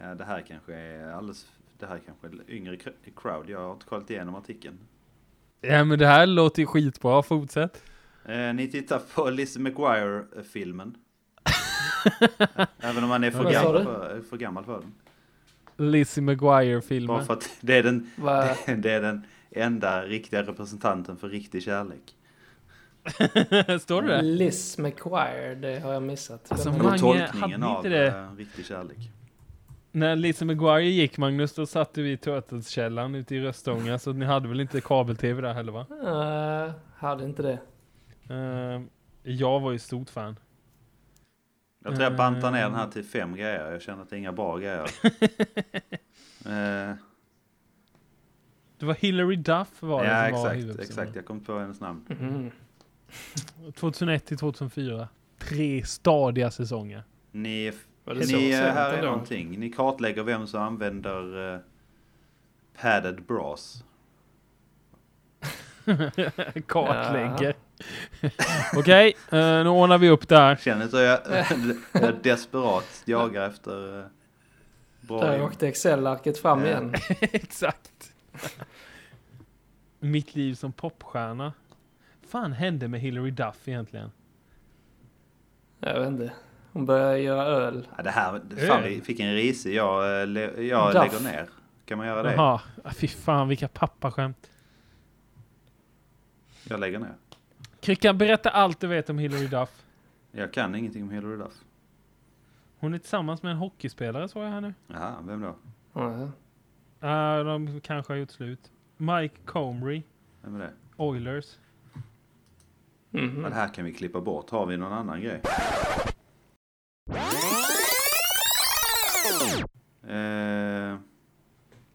Eh, det här kanske är alldeles, det här kanske är yngre cr- crowd. Jag har inte kollat igenom artikeln.
Ja men det här låter ju skitbra, fortsätt.
Eh, ni tittar på [laughs] Lizzie
[laughs]
McGuire-filmen. Även om man är för
Vad sa
gammal
du?
för, för, gammal för den.
Lizzie
Bara
McGuire-filmen.
för att det är, den,
Vad-
det är den enda riktiga representanten för riktig kärlek.
[laughs] Står det det?
Liz McGuire, det har jag missat.
Alltså,
Vem är
Och
det?
Mange, hade
tolkningen
ni
av
inte det?
eh, riktig kärlek.
När Lizzie McGuire gick Magnus, då satt du i Turtles-källaren ute i Röstånga. Så ni hade väl inte kabel-tv där heller va?
Eh, hade inte det.
Ehm, jag var ju stort fan.
Jag tror jag bantar ner
Mm.
den här till fem grejer. Jag känner att det är inga bra
[laughs]
grejer. Eh,
Det var Hillary Duff var det
ja,
som var
exakt,
huvudpersonen.
exakt. Jag kom på hennes namn.
Mm.
Mhm.
2001 till 2004. Tre stadiga säsonger. [laughs]
Ni,
Var det så
ni eh,
sent
här är
ändå?
någonting. Ni kartlägger vem som använder eh, padded bras.
Kartlägger. Okej, eh, nu ordnar vi
[laughs]
upp där.
Känner inte hur jag, jag desperat jagar efter eh,
Där
bra
åkte Excel-arket fram
Ja.
igen.
Exakt. Mitt liv som popstjärna. fan hände med Hillary Duff egentligen?
Jag vet inte. Hon började göra öl.
ja, Det här, det- fan vi fick en risig jag, eh, le- jag
Duff.
lägger ner. Kan man göra det?
Jaha, ah, fy fan vilka pappaskämt.
Jag lägger ner.
Kryckan, berätta allt du vet om Hillary Duff.
Jag kan ingenting om Hillary Duff.
Hon är tillsammans med en hockeyspelare såg jag här nu.
Jaha, vem då?
Ja.
Ah, de kanske har gjort slut. Mike Comrie,
Vem är det?
Oilers.
Mhm.
Ja, det här kan vi klippa bort. Har vi någon annan grej? Eh,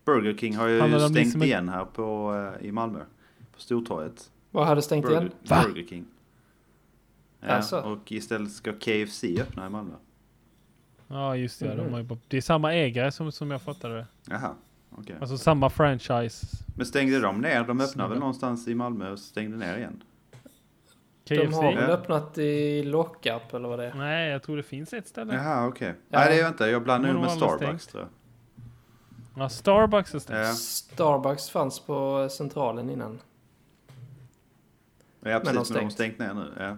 Burger King har
Handlar
ju
det om
stängt
liksom en-
igen här på, eh, i Malmö. På Stortorget.
Vad hade stängt
Burger,
igen?
Burger King. Ja,
Alltså.
Och istället ska KFC öppna i Malmö.
Ja just det, de
Mhm.
har ju, det är samma ägare som, som jag fattade det.
Jaha, okej.
Alltså samma franchise.
Men stängde de ner? De öppnade
Snygga.
väl någonstans i Malmö och stängde ner igen?
De
KFC.
har
Ja.
väl öppnat i Lockup eller vad det är?
Nej, jag tror det finns ett ställe.
Jaha, okej.
Ja.
Nej, det är vänta. Jag blandade
Men
nog
de
med
har aldrig
Starbucks tror jag.
Ja, Starbucks är stängt.
Ja.
Starbucks fanns på Centralen innan.
Ja, precis. Men
de
de har
stängt.
stängt ner nu. Ja.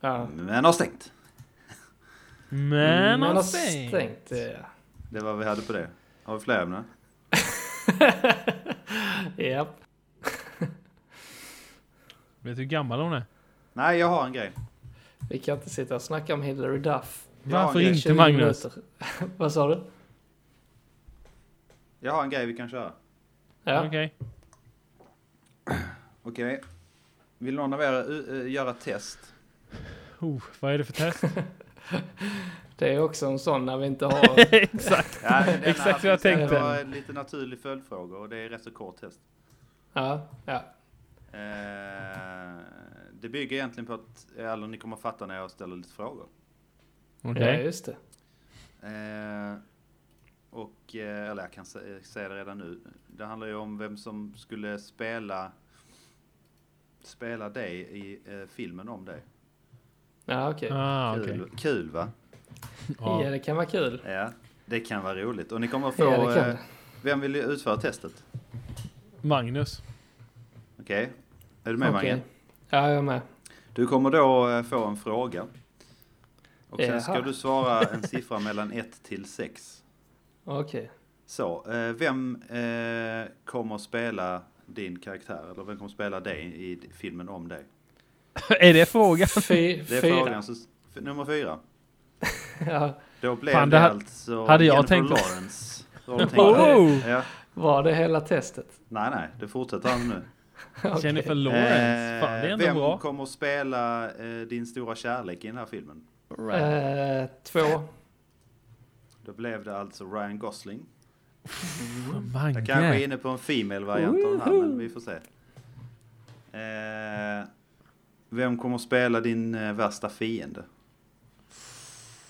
Ja.
Men har stängt.
Men
Man Mm, har
han stängt.
stängt det. [laughs]
Det var vad vi hade på det. Har vi fler ämnen?
Japp.
Vet du hur gammal hon är?
Nej, jag har en grej.
Vi kan inte sitta och snacka om Hillary Duff.
Varför
det är
inte
20
Magnus?
minuter. [laughs] vad sa du?
Jag har en grej vi kan köra.
Ja.
Okej.
Okej. Vill eh, någon av er uh, uh, göra ett test?
[laughs]
Oh, vad är det för test?
Det är också en sån när vi inte
[laughs]
har...
[laughs] Exakt.
Ja, den här
Exakt vad jag
finns-
tänkte.
Det var en lite naturlig följdfråga och det är rätt så kort test.
Ja, ja.
Eh, det bygger egentligen på att, eller ni kommer att fatta när jag ställer lite frågor.
ja just det.
Eh, och, eh, eller jag kan sä- säga det redan nu. Det handlar ju om vem som skulle spela spela dig i eh, filmen om dig.
Ja, okej.
Ah, okej.
Kul, kul va?
Ja.
Ja, det kan vara kul.
Ja, det kan vara roligt. Och ni kommer att få...
Ja, det kan
eh,
det.
vem vill utföra testet?
Magnus.
Okej, är du med
Okej.
Mange?
Ja, jag är med.
Du kommer då eh, få en fråga. Och sen ska
Jaha.
du svara en siffra mellan 1 till 6.
Okej.
Så, eh, vem eh, kommer spela din karaktär? Eller vem kommer spela dig i d- filmen om dig?
[laughs] är det frågan?
Fy,
Det är
fyra.
frågan. Så, s- f- nummer fyra.
[laughs] Ja,
Då blev
Fan,
det,
det ha-
alltså
hade jag
Jennifer
tänkt-
Lawrence. Har du tänkt på
Oh!
det? Ja.
var det hela testet?
Nej, nej, det fortsätter han nu.
[laughs] Okej.
Jennifer [laughs] Lawrence. Fan, det är
Eh,
ändå
vem
bra.
kommer spela eh, din stora kärlek i den här filmen?
Eh, två.
Då blev det alltså Ryan Gosling. Jag kanske är
Mange.
inne på en Female-variant av den här, men vi får se. Eh, vem kommer spela din eh, värsta fiende?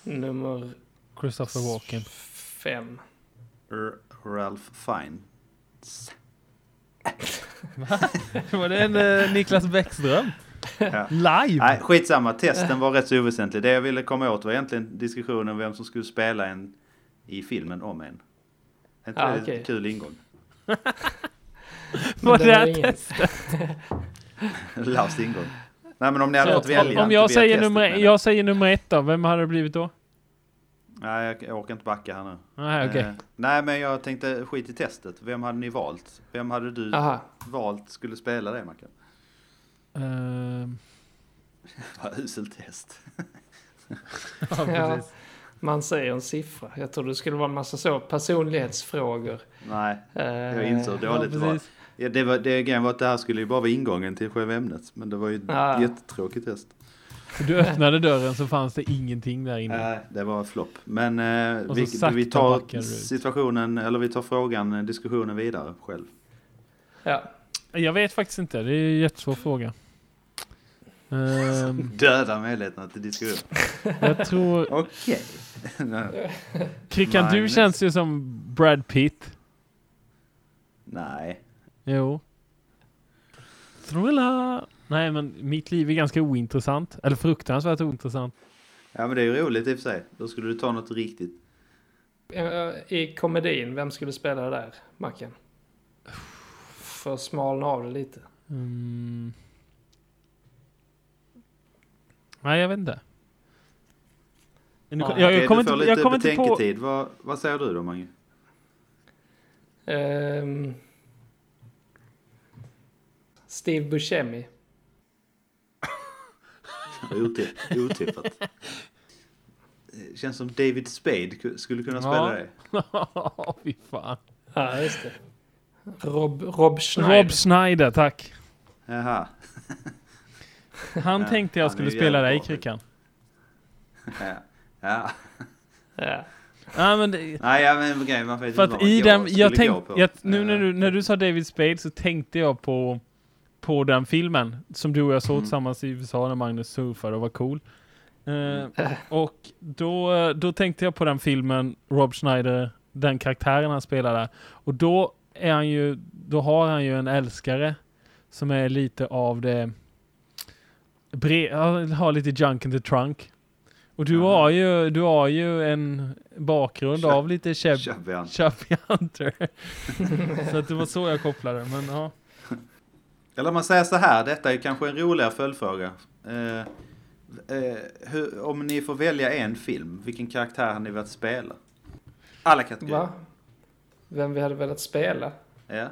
Nummer
Christopher
[laughs]
Walken.
fem.
R- Ralph Fiennes.
Var det en eh, Niklas Bäckström?
[laughs] Ja.
Live?
Nej, skitsamma. Testen var rätt så oväsentlig. Det jag ville komma åt var egentligen diskussionen om vem som skulle spela en i filmen om en. Är inte
Ah,
det
okej.
en kul ingång? [laughs]
Var det här
ingen-
testet?
Lars ingång. Nej, men om ni hade
Så
fått välja.
Om
inte via
jag säger,
testet,
nummer,
men-
jag säger nummer ett då, vem hade det blivit då?
Nej, jag- jag orkar inte backa här nu.
Nej, Ah, okej.
Eh, nej, men jag tänkte skit i testet. Vem hade ni valt? Vem hade du
Ah.
Aha.
valt skulle spela det, Mackan?
Ehm,
[laughs] Vad uselt test.
[laughs] ja,
Ja,
precis.
man säger en siffra. Jag trodde det skulle vara en massa så personlighetsfrågor.
Nej,
Eh,
jag insåg
Ja,
dåligt det var.
precis.
Ja, det var. Det grejen var att det här skulle ju bara vara ingången till själva ämnet. Men det var ju ett
Ah.
jättetråkigt test.
Du öppnade dörren så fanns det ingenting där inne.
Nej, Eh, det var en flopp. Men eh,
Och
vi,
så sakta
vi
backar
tar
du ut.
situationen, eller vi tar frågan, eh, diskussionen vidare själv.
Ja,
Jag vet faktiskt inte, det är en jättesvår fråga. Ehm,
Döda möjligheterna till diskussion.
jag tror... [laughs]
Okej. Nej.
Krickan, du
Magnus.
känns ju som Brad Pitt.
Nej.
Jo. Thriller! Nej, men mitt liv är ganska ointressant. Eller fruktansvärt ointressant.
Ja, men det är ju roligt i och för sig. Då skulle du ta något riktigt
Eh, I komedin, vem skulle spela där, Macken? För att smalna av det lite.
Mm. Nej, jag vet inte. Men nu-
Ja,
Jag,
Okej,
jag kommer
du
inte,
får
jag
lite
kommer inte på... [laughs]
betänketid. Vad, vad säger du då Mange?
Ehm, Steve Buscemi.
Otipp,
[laughs]
otippat. Eh, Känns som David Spade ku- skulle kunna spela
Ja.
det.
Åh, Fy fan.
Ja, just det. Rob, Rob Schneider.
Rob Schneider, tack.
Jaha.
Han
Ja,
tänkte jag
han är
skulle
ju
spela dig,
jävligt bra.
Krickan.
Ja. Ja.
Ja.
Nej, men det,
Nej, ja, men grejen man vet inte
För
vad
att
man
i
går-
den,
skulle
jag
gå
tänkte,
på.
jag, nu när
Eh,
du, när du sa David Spade så tänkte jag på, på den filmen som du och jag såg
Mm.
tillsammans i USA när Magnus surfade och var cool. Eh,
Mm.
och då, då tänkte jag på den filmen, Rob Schneider, den karaktären han spelar där. Och då är han ju, då har han ju en älskare som är lite av det, bre, ja, har lite junk in the trunk. Och du
Aha.
har ju, du har ju en bakgrund
Tja-
av lite käbb,
Chubby Hunter.
Chubby Hunter. [laughs] så att det var så jag kopplade. Men ja.
Eller om man säger så här, detta är kanske en roligare följdfråga. Eh, eh, hur, om ni får välja en film, vilken karaktär hade ni velat spela? Alla kategorier.
Va? Vem vi hade velat spela?
Ja.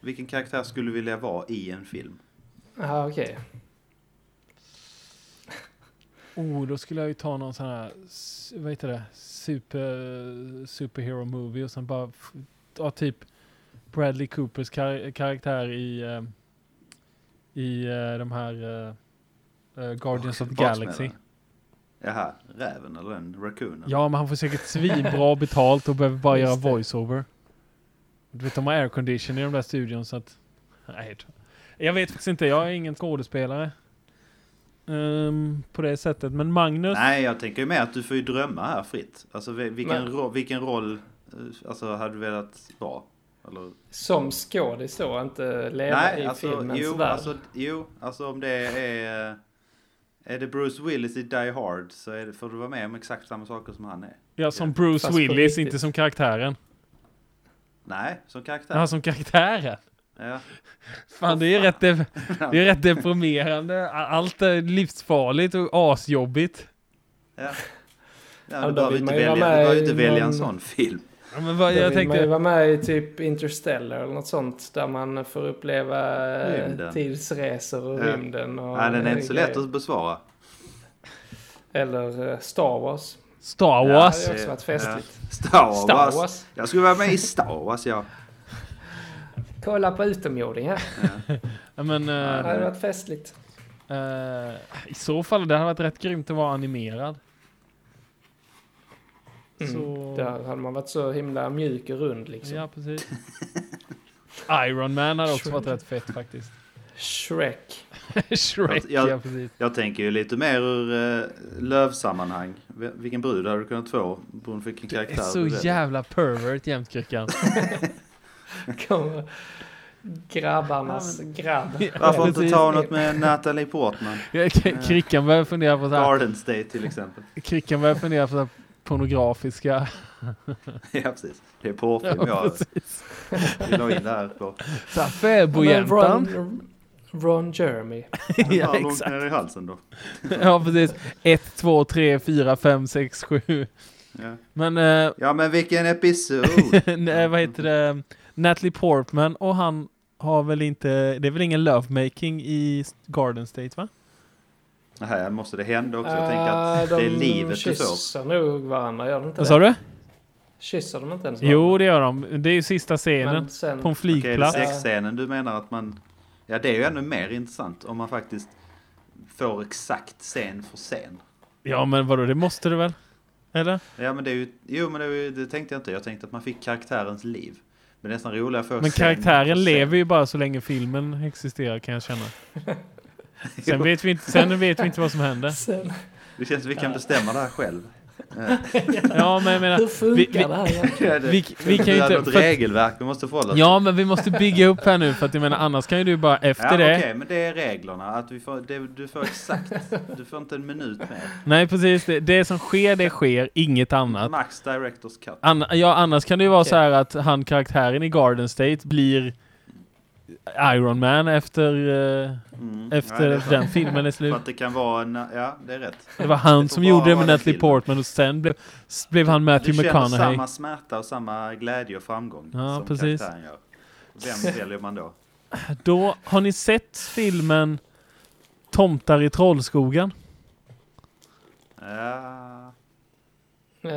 Vilken karaktär skulle du vilja vara i en film?
Ja, okej.
Oh, då skulle jag ju ta någon sån här, s- vad heter det, super, superhero movie och sen bara, f- ja typ Bradley Coopers kar- karaktär i, eh, i eh, de här eh, eh, Guardians of the
Baksmällan.
Galaxy.
Jaha, räven eller den? Raccoonen?
Ja, men han får säkert svinbra betalt och behöver bara göra voiceover. Du vet, de har aircondition i de där studion så att... Nej, jag tror- jag vet faktiskt inte. Jag är ingen skådespelare. Ehm, på det sättet. Men Magnus...
Nej, jag tänker ju mer att du får ju drömma här fritt. Alltså vi- vilken,
Men-
ro, vilken roll eh, alltså, hade du velat vara? Eller,
Som skådis då, inte leva
nej,
i
alltså,
filmens
jo,
värld.
alltså, jo, alltså om det är... eh, Är det Bruce Willis i Die Hard så är det, får du vara med om exakt samma saker som han är.
Ja, som Bruce
Fast på
Willis,
riktigt.
inte som karaktären.
Nej, som karaktär.
Ja, som karaktären.
Ja.
Fan, det är rätt, de- det är rätt deprimerande. A- Allt är livsfarligt och asjobbigt.
Ja.
då
Ja, du behöver ju
vill
inte
man ju vara
välja, du behöver
med
ju inte
i
välja en
någon-
sån film.
Ja, men vad,
Då
jag
vill man ju
tänkte...
vara med i typ Interstellar eller något sånt. Där man får uppleva eh,
Rymden.
tidsresor och
Ja.
rymden. Och
Nej, den är inte så lätt
grejer.
att besvara.
Eller eh, Star Wars.
Star
Ja,
Wars.
Det hade också varit festligt.
Ja. Star Wars.
Star Wars.
Jag skulle vara med i Star Wars, ja.
Kolla på utomjordingar.
Ja, men, eh,
Det hade varit festligt.
Eh, I så fall, det hade varit rätt grymt att vara animerad.
Mm.
Så...
Där hade man varit så himla mjuk och rund liksom.
Ja, precis. [laughs] Iron Man hade också varit rätt fett faktiskt.
Shrek.
[laughs] Shrek,
Jag-
ja precis.
Jag tänker ju lite mer ur eh, lövsammanhang. V- Vilken brud hade du kunnat få? Beroende på vilken
Du
karaktär
är så
du väljer.
jävla pervert jämt Kryckan.
Kommer grabbarnas grabb.
Varför inte
Precis.
ta något med Natalie Portman?
Kryckan börjar fundera på så här,
Gardens Day till exempel.
Kryckan börjar fundera på så här pornografiska.
[laughs] ja, precis. Det är porrfilm
Ja,
jag
precis.
vill ha in det här på.
Så här,
Men [laughs]
Fäbodjäntan.
Ron, Ron Jeremy.
[laughs] [laughs] Ja,
Ta långt
exakt.
ner i halsen då.
Ja, precis. 1, 2, 3, 4, 5, 6, 7.
Ja,
Men eh,
ja men vilken episod!
[laughs] Nej, vad heter det? Natalie Portman och han har väl inte, det är väl ingen lovemaking i Garden State va?
Här måste det hända också. Jag tänker att
Ah,
det är livet du
du
får.
kyssar Ah, nog varandra, gör de inte
Vad sa
det?
du?
Kysser de inte ens
Jo det gör de, det är ju sista
Men
scenen
sen,
på en
Okej, är det
flygplats.
sexscenen du menar att man... Ja, det är ju ännu mer intressant om man faktiskt får exakt scen för scen.
Ja men vadå, det måste du väl? Eller?
Ja, men det är ju... Jo, men det, är ju, det tänkte jag inte. Jag tänkte att man fick karaktärens liv. Men det är nästan roligare för
Men karaktären lever ju bara så länge filmen existerar kan
[laughs]
jag känna. Sen vet vi inte, sen vet vi inte vad som händer. [laughs]
sen,
Det känns att vi kan bestämma det här själv.
Ja men jag
hur
menar,
funkar
vi- vi-
det här egentligen?
Vi,
vi, vi kan ju inte...
Ett
För,
regelverk vi måste förhålla oss
ja men vi måste bygga upp här nu för att jag menar annars kan ju du bara
till. Ja,
efter
okej,
det
men det är reglerna. Att vi får, det, du får exakt... Du får inte en minut mer.
Nej precis, det, det som sker det sker, inget annat.
Max Directors Cut.
An ja, annars kan det ju vara
Okej.
så här att han karaktären i Garden State blir Iron Man efter, eh,
Mm.
efter
Ja, det är
att
sant.
den filmen är
För
slut.
att det kan vara en... Ja, det är rätt.
Det var han
det får
som
bara
gjorde det med
vara en
Natalie
film.
Portman och sen blev, s- blev han Matthew
Du känner
McConaughey.
samma smärta och samma glädje och framgång
Ja,
som
precis.
karaktären gör.
[laughs]
Vem väljer man då?
Då, har ni sett filmen Tomtar i Trollskogen?
Ja,
[laughs] Eh,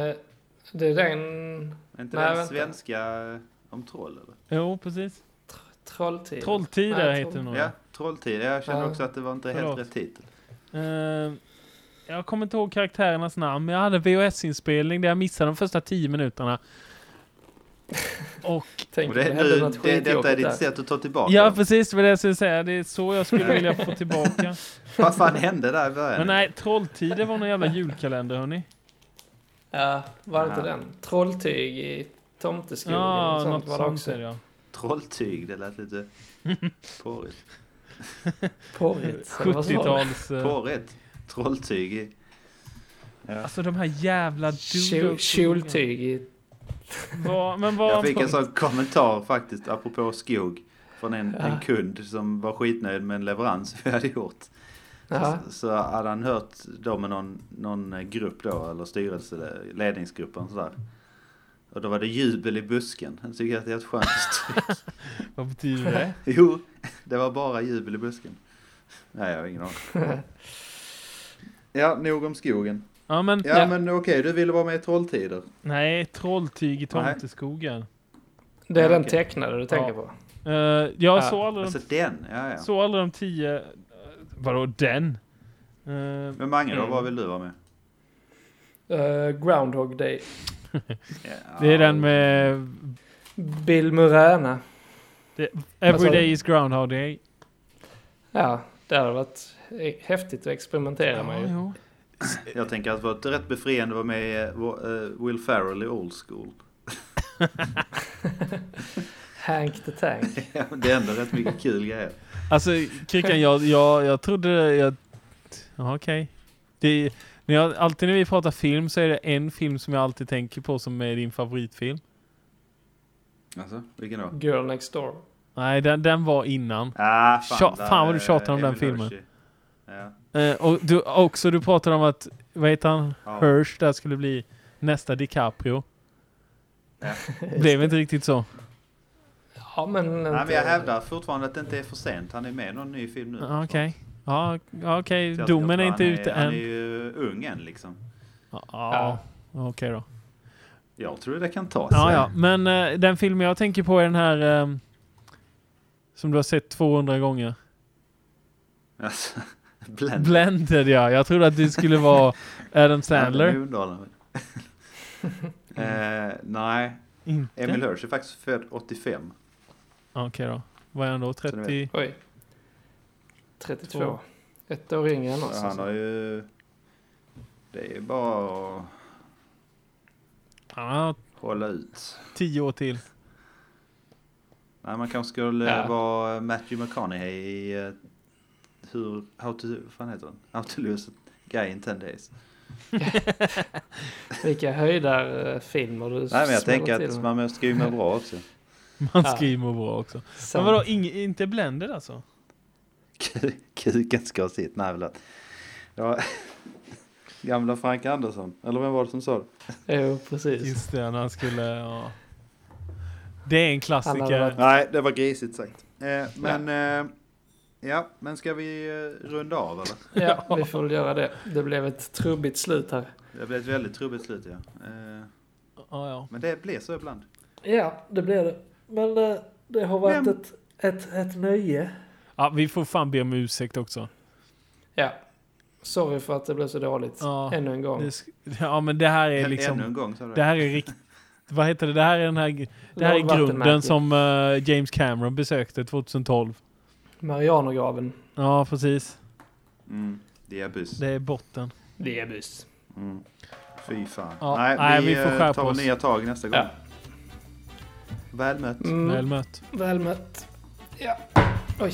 Det är den
är inte
Nej,
den
vänta.
svenska eh, om troll eller?
Jo, precis.
Trolltiden.
Trolltider
Nej,
heter
Troll-
den nog.
Ja, Trolltid. Jag känner
Ja.
också att det var inte helt
Förlåt.
rätt titel.
Eh, jag kommer inte ihåg karaktärernas namn, men jag hade VHS-inspelning där jag missade de första tio minuterna. Och
Tänk
Och
om det
det,
hände
nu,
något
det,
skitjobbigt
detta är ditt
där.
sätt att ta tillbaka
Ja,
dem.
precis vad det jag skulle säga. Det är så jag skulle vilja få tillbaka.
Vad fan hände där i början?
Men nej, Trolltider var någon jävla julkalender, hörni.
Ja, var det inte
Ja.
den? Trolltyg i tomteskogen.
Ja,
och
något
sånt var det
sånt är
också.
det, ja.
Trolltyg, det lät
[laughs]
lite porrigt.
Porrigt. eller vad sa du?
70-tals... eh,
Porrigt? Trolltyg i... Ja.
Alltså de här jävla...
Kjol- Kjoltyg i...
Vad- Men
Jag
vad...
fick en sån kommentar faktiskt, apropå skog, från en, en kund som var skitnöjd med en leverans vi hade gjort.
Ja.
Så, så hade han hört då med någon, någon grupp då, eller styrelse, ledningsgruppen sådär. Och då var det jubel i busken. Jag tycker att det är ett skönt uttryck.
Vad betyder det?
Jo, det var bara jubel i busken. Nej, jag har ingen aning. Ja, nog om skogen.
Ja, men...
Ja, men okej, du ville vara med i Trolltider.
Nej, Trolltyg i
Nej.
Tomteskogen.
Det är
Ja,
den
okej.
tecknade du tänker
Ja.
på.
Eh, jag
Ja.
såg aldrig
Alltså
de,
den, ja ja.
såg aldrig de tio... eh, Vadå, den? Eh,
Men Mange då,
Mm.
vad vill du vara med?
Eh, Groundhog Day.
Det är den med
Bill Murana.
Every
sa du?
day is groundhog day.
Ja, det hade varit häftigt att experimentera med ju. [laughs]
jo.
Jag tänker att det var ett rätt befriande att vara med eh, Wa- eh, Will Ferrell i Old School. [laughs]
Hank the Tank.
Det är ändå rätt mycket kul grejer.
Alltså Kryckan, jag, jag, jag trodde... Jag... Ja, Okej. Det- När jag, alltid när vi pratar film så är det en film som jag alltid tänker på som är din favoritfilm.
Alltså, vilken då?
Girl Next Door.
Nej, den, den var innan.
Ah, fan,
Tja-
där
fan vad du
är
tjatar om den
Emil
filmen.
Hirsch. Ja.
Eh, och du, också du pratade om att, vad heter han?
Ja.
Hirsch, där skulle bli nästa DiCaprio.
Ja.
[laughs]
Blev inte riktigt så.
Ja, men... Inte...
Nej, men jag hävdar fortfarande att det inte är för sent. Han är med i någon ny film nu.
Ja, Ah, Okej. Ja, ja, okej.
Så jag- jag
Domen
tror
är inte
han
ute
Han är
än.
ju ung än liksom.
Ja,
Ja.
okej då.
Jag tror det kan ta sig.
Ja, ja. Men eh, den filmen jag tänker på är den här ehm, som du har sett 200 gånger.
Alltså, [laughs] Blend.
Blended ja. Jag trodde att du
[laughs]
skulle vara Adam Sandler. [laughs]
Mundalen. eh, nej,
Inte?
Emil
Okej
Hirsch är faktiskt född 85.
då. Vad är han då? 30?
Oj. 32.
Två.
Ett år yngre än
Så
oss.
han har
alltså.
ju... Det är ju bara att
Han har
hålla ut.
10 år till.
Nej, man kanske skulle
Ja.
vara Matthew McConaughey i... eh, Hur... How to... Vad fan heter den? How to lose a guy in 10 days.
Vilka höjdarfilmer du
Nej, men jag
smäller
tänker
till
att
med.
man måste skriva bra också. [laughs]
Man
Ja.
skriver bra också.
Sen-
Men vadå, ing, inte Blended alltså?
Ku- Kuken ska ha sitt. Nej, förlåt. Ja. [laughs] Gamla Frank Andersson. Eller vem var det som sa det?
Jo, precis.
Just det, när han skulle... Ja. Det är
Han hade
en klassiker.
varit-
Nej, det var grisigt sagt. Eh, men... Ja. ja, men ska vi eh, runda av eller?
Ja, vi får väl göra det. Det blev ett trubbigt slut här.
Det blev ett väldigt trubbigt slut ja. Eh,
Ja, ja.
men det blir så ibland.
Ja, det blev det. Men eh, det har varit
Men-
ett, ett, ett nöje.
ja, vi får fan be om ursäkt också.
Ja. Sorry för att det blev så dåligt.
Ja,
Ännu en gång.
Det, sk- ja, men det här är
Än- Ännu
liksom...
en gång sa du.
Det här är rikt... Vad heter det? Det här är den här... Det här är grunden
Lågvattenmärke.
som eh, James Cameron besökte 2012.
Marianergraven.
Ja, precis.
Mm, det är buss.
Det är botten.
Det är bus.
Mm. Fy fan.
Ja,
nej,
nej,
vi,
vi får
eh,
skärpa
tar
oss.
nya tag nästa gång.
Ja.
Väl mött.
Mm,
Väl mött.
Väl mött. Ja. Oj.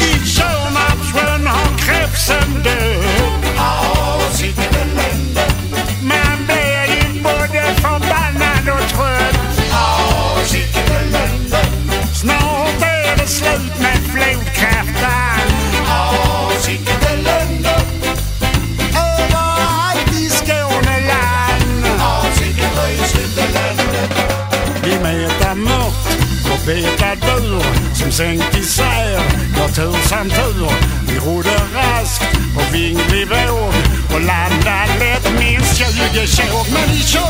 Eat so much when han kräfsen dör. Man blir ju både förbannad och trött. Snart är det slut med flodkräftan. Överallt i Skåneland. Vi med ett mört och betat bur som sänkt isär går tur som tur. Vi rodde raskt på vinglig våg och landade lätt minst 20 tjog. Men vi körde